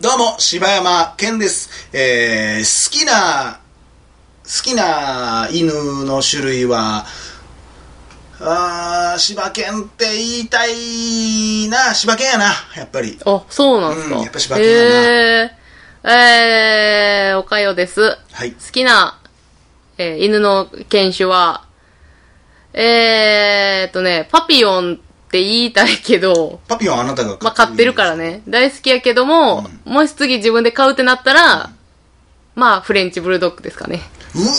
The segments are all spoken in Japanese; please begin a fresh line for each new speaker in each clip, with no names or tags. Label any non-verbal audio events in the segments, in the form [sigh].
どうも、柴山健です。えー、好きな、好きな犬の種類は、あー、柴犬って言いたいな、柴犬やな、やっぱり。
あ、そうなんすか。
うんやっぱ柴犬や
へー。えー、おかよです。
はい。
好きな、えー犬の犬種は、えーっとね、パピオンって言いたいけど、
パピオンあなたが
まあ、飼ってるから
ね。
ね、大好きやけども、もし次自分で飼うってなったら、まあ、フレンチブルドッグですかね。
うわ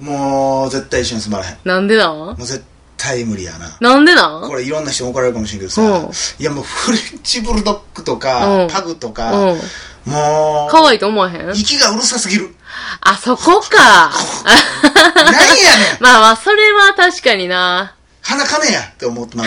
ーもう、絶対一緒に住まらへん。
なんでなん
もう絶対無理やな。
なんでなん
これいろんな人に怒られるかもしれんけど
うん
さ、いやもうフレンチブルドッグとか、
うん
パグと
う
か
ん、。
も
可
う、
愛いと思わへん
息がうるさすぎる。
あ、そこか。 [laughs]
なんやねん
まあまあ、それは確かにな。
鼻かねやって思ってま
[laughs]
う。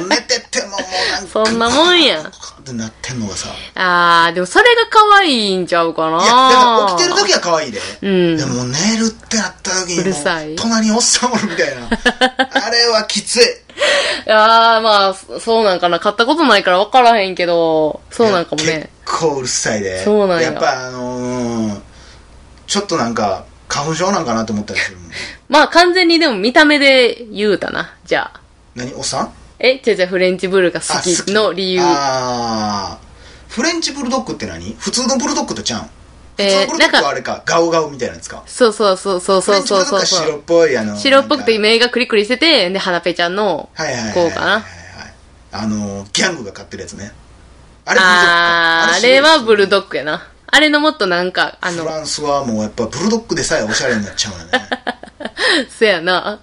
もう寝ててももうなんか、
そんなもんや
ってなってんのがさ。い
あー、でもそれが可愛いんちゃうか
や、
な。
だから起きてる時は可愛いで。
うん
でも寝るってなった時にも、
うるさい
隣におっさんおるみたい
[laughs]
な。あれはきつい。
いやー、まあ、そそうなんかな。買ったことないから分からへんけど、そうなんかも
いや
ね。
結構うるさいで。
そうなん
や
や
っぱあのー、ちょっとなんか、花粉症なんかなと思ったりするもん。
まあ、完全にでも見た目で言うたな。じゃあ。
何おっさん
え、じゃあじゃあフレンチブルが好きの理由。
あーフレンチブルドッグって何普通のブルドッグとちゃうん
えー
普通のブルドッ
なん
グ
か
はあれかガウガウみたいなやつか
そうそうそうそうそうそう
フレ
そ
ン
う
チブルドッグは白っぽいあの
白っぽくて
なんか
目がクリクリしてて、で、鼻ペちゃんの、
はいはいはい
こうかな。
あのーギャングが飼ってるやつねあれブルドッグ
あー、あれはブル
ッ
ドッグやな。あれのもっとなんか、あ
グフ
の、
ランスはもうやっぱブルドッグでさえおしゃれになっちゃうよね
せやな。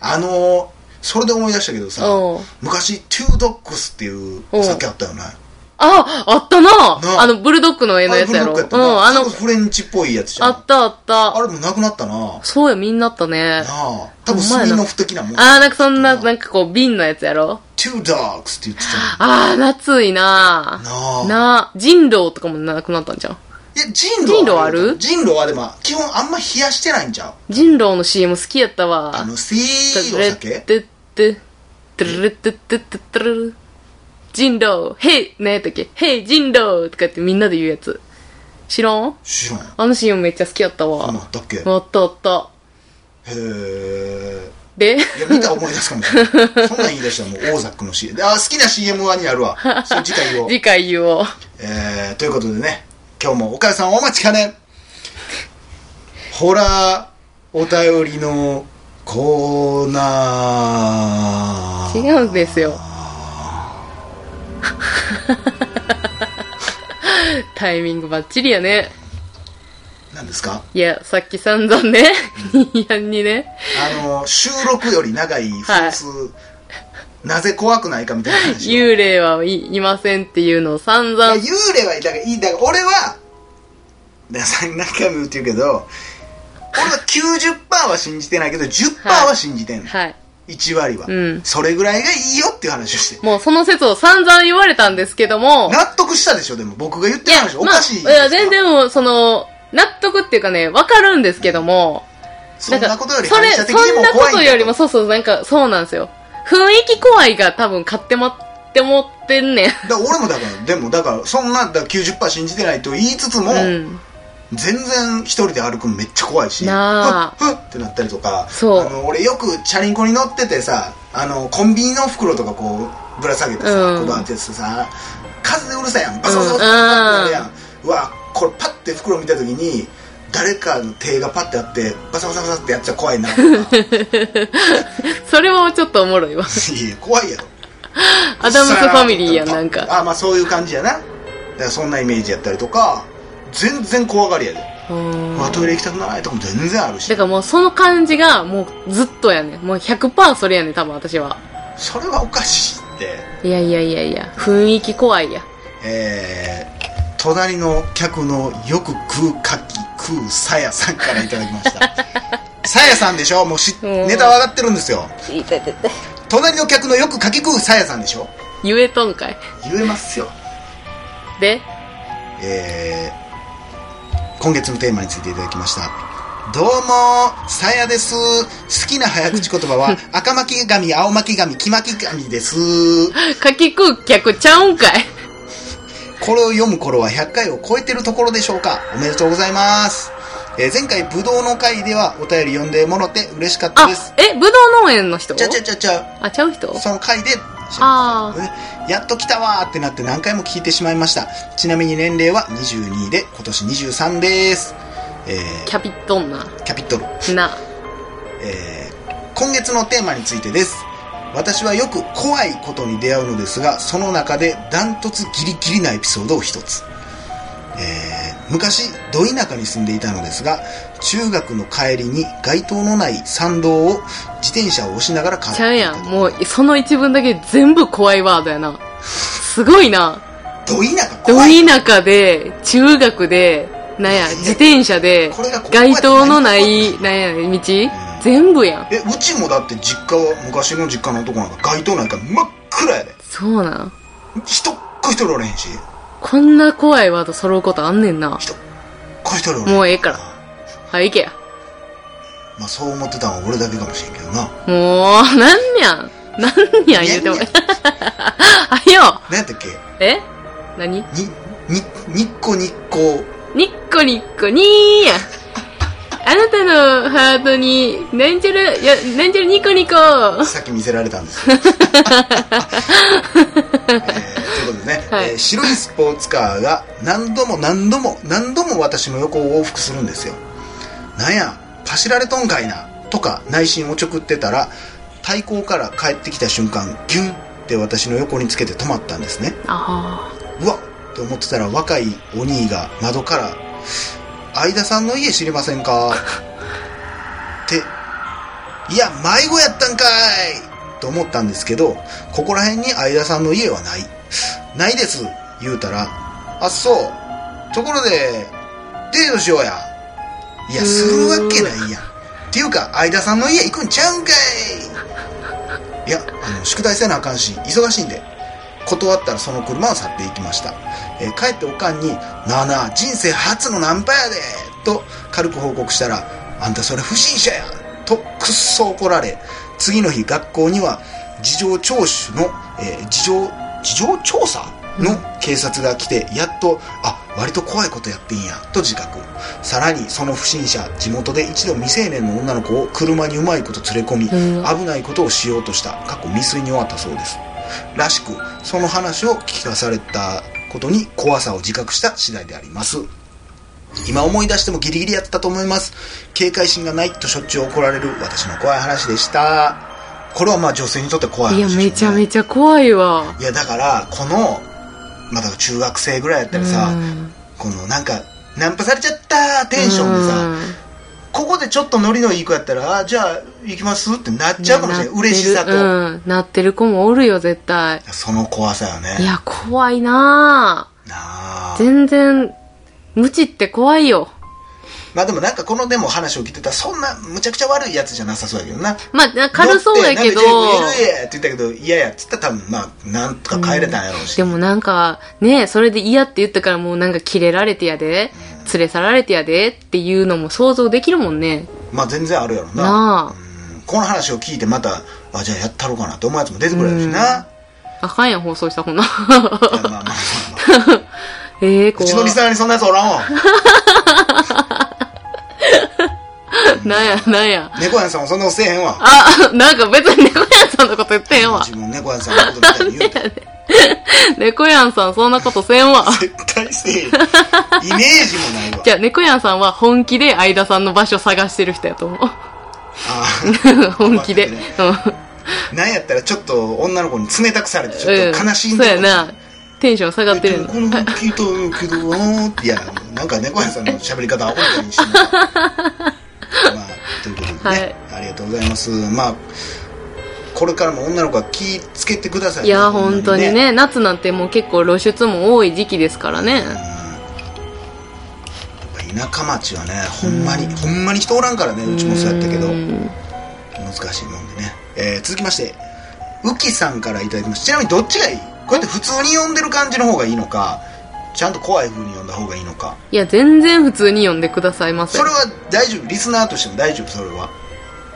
あのーそれで思い出したけどさ
おう
昔トゥードッグスっていうお酒あったよね
あ、あったな
な
あの、ブルドッグの絵のやつやろ。
あ
う
れブルドッグや
ん、
ったな
あの
それ、こそフレンチっぽいやつじゃん
あったあった
あ。れもなくなったな
そうや、みんなあったね
な。あ多分スミノフ的なもん
あー、なんかそんな、なんかこう、瓶のやつやろ
Two dogs って言ってた
あー、夏いな
なあ
なあ人狼とかもなくなったんじゃん。
いや人狼は
人狼ある
人狼はでも基本あんま冷やしてないんじゃう
人狼の CM 好きやったわ。
あのせーお酒
てって、てるてってってってる。人狼、へい、なんやったっけ、へい、人狼とかってみんなで言うやつ。知らん
知らん
あの CM めっちゃ好きやった
あ
わ。
なったっけへ
あったあった。
え
で、
いや見たら思い出すかも
[laughs]
しれないそんなん言い出したらもうオーザックの CM あ好きな CM はにやるわそれ次回
[laughs]
を、
次回言おう。
えー、ということでね今日もお母さんお待ちかねホラーお便りのコーナー
違うんですよ。タイミングバッチリやね。
何ですか
いや、さっき散々ね、ニーヤンにね、
あの収録より長い風数、なぜ怖くないかみたいな
[laughs]
話を
幽霊はいいませんっていうのを散
まあ
々、
幽霊はいいだからいいだから俺はだから何回も言ってるけど俺は90%は信じてないけど10%は信じてんの、
はい。
1割は、
うん
それぐらいがいいよっていう話をして
もうその説を散々言われたんですけども、
納得したでしょでも僕が言ってる話おかしい
まあ、いや、全然もう、その、納得っていうかね、わかるんですけども、
そんなことより
それ、
反射的に
そん
も
な
怖
こ
いん
と
だ
よりも、そうそう、なんか、そうなんですよ。雰囲気怖いが多分買ってもって思ってんねん。
だから俺もだからでもだからそんなだから90%信じてないと言いつつも、
うん。
全然一人で歩くのめっちゃ怖いし
なあ
ふっふっってなったりとか
そう
あの俺よくチャリンコに乗っててさあのコンビニの袋とかこうぶら下げてさ、
うん
こうバーってやつさ風でうるさいやんバサバサバサ
うん
バサってやるやん、うわこれパッて袋見た時に誰かの手がパッてあってバサバサバサってやっちゃ怖い
[laughs]
なとかい
それはちょっとおもろいわ。
や怖いやろ
アダムスファミリーやん、なんか。
あまあそういう感じやなだからそんなイメージやったりとか全然怖がりやで、
うん
うわトイレ行きたくないとかも全然あるし
だからもうその感じがもうずっとやねんもう100%それやねん多分私は。
それはおかしいって、
いやいやいやいや、雰囲気怖いや。
えー、隣の客のよく食うかき食うさやさんからいただきま [laughs] したさやさんでしょもうし
うん
ネタは上がってるんですよ隣の客のよくかき食うさやさんでしょ
言えとんかい。
言えますよ
で、
えー今月のテーマについていただきましたどうも、さやです。好きな早口言葉 [laughs] は、赤巻紙、青巻紙、黄巻紙です。
かき食う客ちゃうんかい。
これを読む頃は100回を超えてるところでしょうかおめでとうございます。えー前回、ぶどうの回ではお便り読んでもろて嬉しかった
あ
です。、
え、ぶどう農園の人
ちゃちゃちゃちゃ、
あ、ちゃう人
その回で、
あ
ねやっと来たわーってなって何回も聞いてしまいました。ちなみに年齢は22で、今年23です。え
ー、キャピットンな。
ー、キャピトル。
な。
えー今月のテーマについてです私はよく怖いことに出会うのですがその中でダントツギリギリなエピソードを一つ、えー昔ど田舎に住んでいたのですが中学の帰りに街灯のない参道を自転車を押しながら帰っ
ちゃう
ていた
やん。もう、その一文だけ全部怖いワードやな。すごいな。
ど田舎
ど
怖い
田舎で、中学で、なんや、自転車で
これがこ、こまで
街灯のない、なんや、道全部やん。
えうちもだって実家は昔の実家のとこなんか街灯なんか真っ暗やで
そうなん。
人っ子一人おれへんし
こんな怖いワード揃うことあんねんな。
人っ子一人おれへん
もうええからはい、行けや。
まあ、そう思ってたのは俺だけかもしれんけどな。
もう、なんやん。なんやん言うても。 [laughs]
何や
あよ
何やったっけ
え何
に、に、にっこにっこ。
ニッコニッコニーや。あなたのハートに、なんちゃら、いや、なんちゃらニコニコ。
さっき見せられたん
[laughs]
ですよ。えーということでね、
はい
えー白いスポーツカーが何度も何度も何度も私の横を往復するんですよ。なんや、パシられとんかいな、とか内心をちょくってたら、対向から帰ってきた瞬間、ギュンって私の横につけて止まったんですね。
あ
うわっって思ってたら若いお兄が窓から「相田さんの家知りませんか?」って「いや迷子やったんかい!」と思ったんですけどここら辺に相田さんの家はない「ないです」言うたら「あそうところでデートしようや」「いやするわけないやん」っていうか相田さんの家行くんちゃうんかいいやあの宿題せなあかんし忙しいんで断ったらその車を去っていきました、えー帰っておかんに「なあなあ人生初のナンパやで!」と軽く報告したら「あんたそれ不審者や!」とくっそ怒られ次の日学校には事情聴取の、えー事情事情調査の警察が来てやっと「あ割と怖いことやってんや」と自覚さらにその不審者地元で一度未成年の女の子を車にうまいこと連れ込み
うん
危ないことをしようとした過去未遂に終わったそうですらしくその話を聞かされたことに怖さを自覚した次第であります今思い出してもギリギリやったと思います警戒心がないとしょっちゅう怒られる私の怖い話でしたこれはまあ女性にとって怖
あ。
い
いや、
話
めちゃめ
ち
ちゃ怖いわ。
ゃいやだからこのまあだから中学生ぐらいやったらさ
うん
このなんかナンパされちゃったテンションでさここでちょっとノリのいい子やったらあじゃあ行きますってなっ
うん
ちゃうかもしれない
や
嬉しさと、
なってるうん。なってる子もおるよ、絶対。
その怖さよ
い
ね
や、怖いな
なあ
ぁ。全然、無知って怖いよ。
まあでもなんかこのでも話を聞いてたらそんなむちゃくちゃ悪いやつじゃなさそうやけどな
まあ、な軽そうやけど。
乗ってなんか JFL やって言ったけど嫌やっつったら多分まあなんとか帰れたんやろうし、
でもなんか、ねそれで嫌って言ったからもうなんかキレられてやで、連れ去られてやでっていうのも想像できるもんね。
まあ全然あるやろうな
なあ
うんこの話を聞いてまたあじゃあやったろうかなって思うやつも出てくるやろうしな、
あかんやん、放送したほんな。 [laughs]
いやまあまあまあま
え
あ
えー、
う
怖
ちのリ
い
ス。ナーにそんなやつおら
[laughs]
んわ
[laughs] なんや、なんや。
猫やんさんもそんなことせえへんわ
あ、 [laughs] なんか別に猫やんさんのこと言ってへんわ
自。分猫やんさんのことみたいに言う
[laughs]
と
猫やんさんそんなことせんわ。
絶対せえへんイメージもないわ
じゃあ、猫やんさんは本気で相田さんの場所探してる人やと
[laughs]
思う。
あ
[laughs] 本気で。
[laughs] 怖い
うん。
あなんやったらちょっと女の子に冷たくされてちょっと悲しいん
うん。
だ
そう
よ、
やな。テンション下がってるんだ
こ。の聞いたけどなーいやなんか猫屋さんの喋り方アホみたいに
[laughs]
してるまあということでね、
はい
ありがとうございますまあこれからも女の子は気つけてください
い
ね
や、本当に
ね
ね、夏なんてもう結構露出も多い時期ですからね。
やっぱ田舎町はねほんまにほんまに人おらんからねうちもそうやったけど
うん
難しいもんでね、えー続きましてウキさんからいただきましたちなみにどっちがいいこうやって普通に呼んでる感じの方がいいのかちゃんと怖い風に読んだ方がいいのか
いや、全然普通に読んでくださいませ。
それは大丈夫リスナーとしても大丈夫それは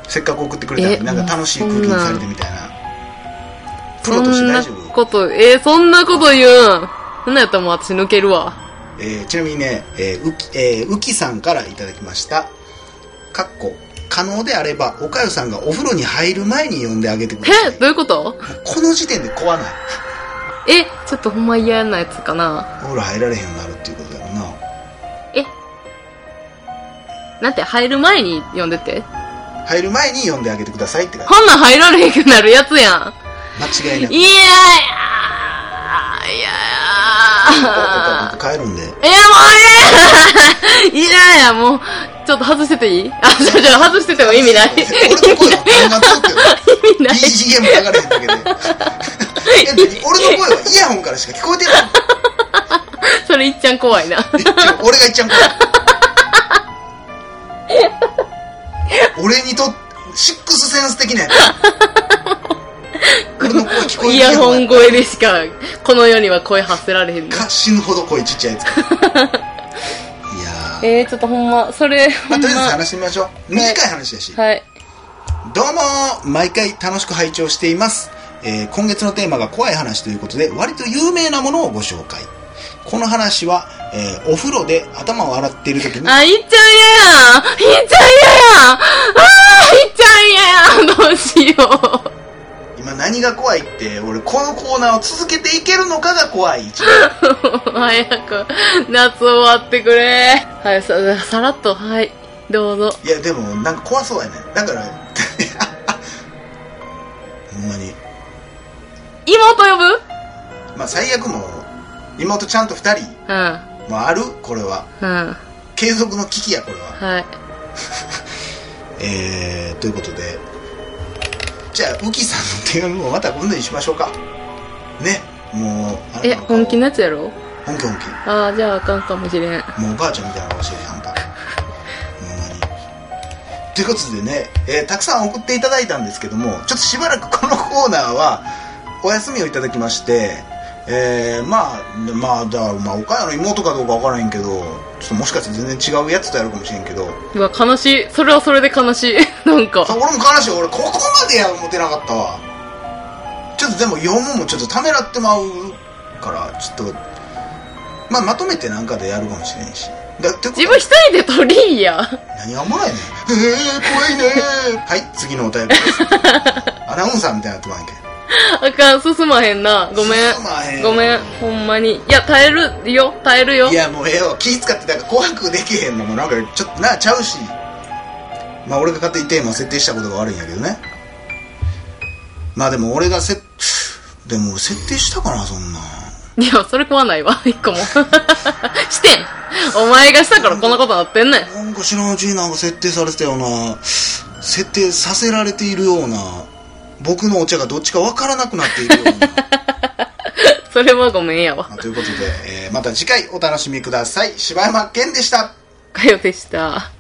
せっかく送ってくれた
え
らなんか楽しい空気にされてみたいなプロ
そ
として
ん
大
な
丈夫、
こと、えー、そんなこと言うん。そんなんやったらもう私抜けるわ。
えーちなみにね、えーうきえーうきさんからいただきましたかっこ可能であればおかゆさんがお風呂に入る前に読んであげてくださ
え
い
どういうこと
この時点で怖ない
え、ちょっとほんま嫌なやつかな。
お風呂入られへんようになるっていうことだろうな
えなんて、入る前に読んでて。
入る前に読んであげてくださいって書いて
こんなん入られへんくなるやつやん。
間違いない
いやいやいや
僕帰るんで
いやも [laughs] ういやいやいやもう、ちょっと外してていい [laughs] あ、じゃじゃ外してても意味
[laughs]
ない。
俺の声はこんな強く
[laughs] 意味ない。
BGM 流れへんだけでいや俺の声はイヤホンからしか聞こえてない
それいっちゃん怖いな。
俺がいっちゃん怖い俺にとってシックスセンス的なやつ俺の声聞こえる
イヤホン声でしか、この世には声発せられへんの。
か死ぬほど声ちっちゃいやついやー
えー、ちょっとほんま、それ、ほ
まあ、
ん
とりあえず
ま。
話してみましょう短い話だし、
はい。
どうもー毎回楽しく拝聴しています、えー今月のテーマが怖い話ということで割と有名なものをご紹介この話は、えーお風呂で頭を洗っている時に
あ、いっちゃん嫌やんいっちゃん嫌やんあーいっちゃん嫌やんどうしよう。
今何が怖いって俺このコーナーを続けていけるのかが怖い一番
早く、夏終わってくれ。はい、さ、さらっと、はい、どうぞ。
いやでもなんか怖そうやねだから [laughs] ほんまに
妹呼ぶうん。
まあ最悪もう妹ちゃんと2人
う
もあるこれは
ん。
継続の危機やこれは
はい。
えー、ということでじゃあウキさんの手紙もまた今度にしましょうかねもうあな
え、
たの顔
本気のやつやろ
本気本気
ああ、じゃああかんかもしれん。
もうおばあちゃんみたいな顔してるあんたほんまにということでね、えーたくさん送っていただいたんですけどもちょっとしばらく [laughs] このコーナーはお休みをいただきましてえー、まあまあだからまあ岡山の妹かどうかわからへんけどちょっともしかして全然違うやつとやるかもしれんけど
うわ、悲しい。それはそれで悲しい。 [laughs] なんか。
そう俺も悲しい俺ここまでや思ってなかったわちょっとでも読むもちょっとためらってまうからちょっと、まあ、まとめてなんかでやるかもしれんしだってこと
自分一人で取りいや。
何がおもろいねんえー、怖いねー
[laughs]
はい次のお便りですアナウンサーみたいになってまうんけ
あかん、進まへんな。ごめ
進まへん
ん。ごめん、ほんまに。いや、耐えるよ。耐えるよ
い。やもうええよ気使ってだから怖くできへんのもなんかちょっとなちゃうしまあ俺が勝手にテーマを設定したことが悪いんやけどねまあでも俺がせでも設定したかなそんなん
いや、それ食わないわ。 [laughs] 一個も。してんお前がしたからこんなことなってんねん。
なんか知らんうちになんか設定されてたような設定させられているような僕のお茶がどっちかわからなくなっているような [laughs]
それはごめんやわ。
まあということで、えーまた次回お楽しみください。柴山健でした。
かよでした。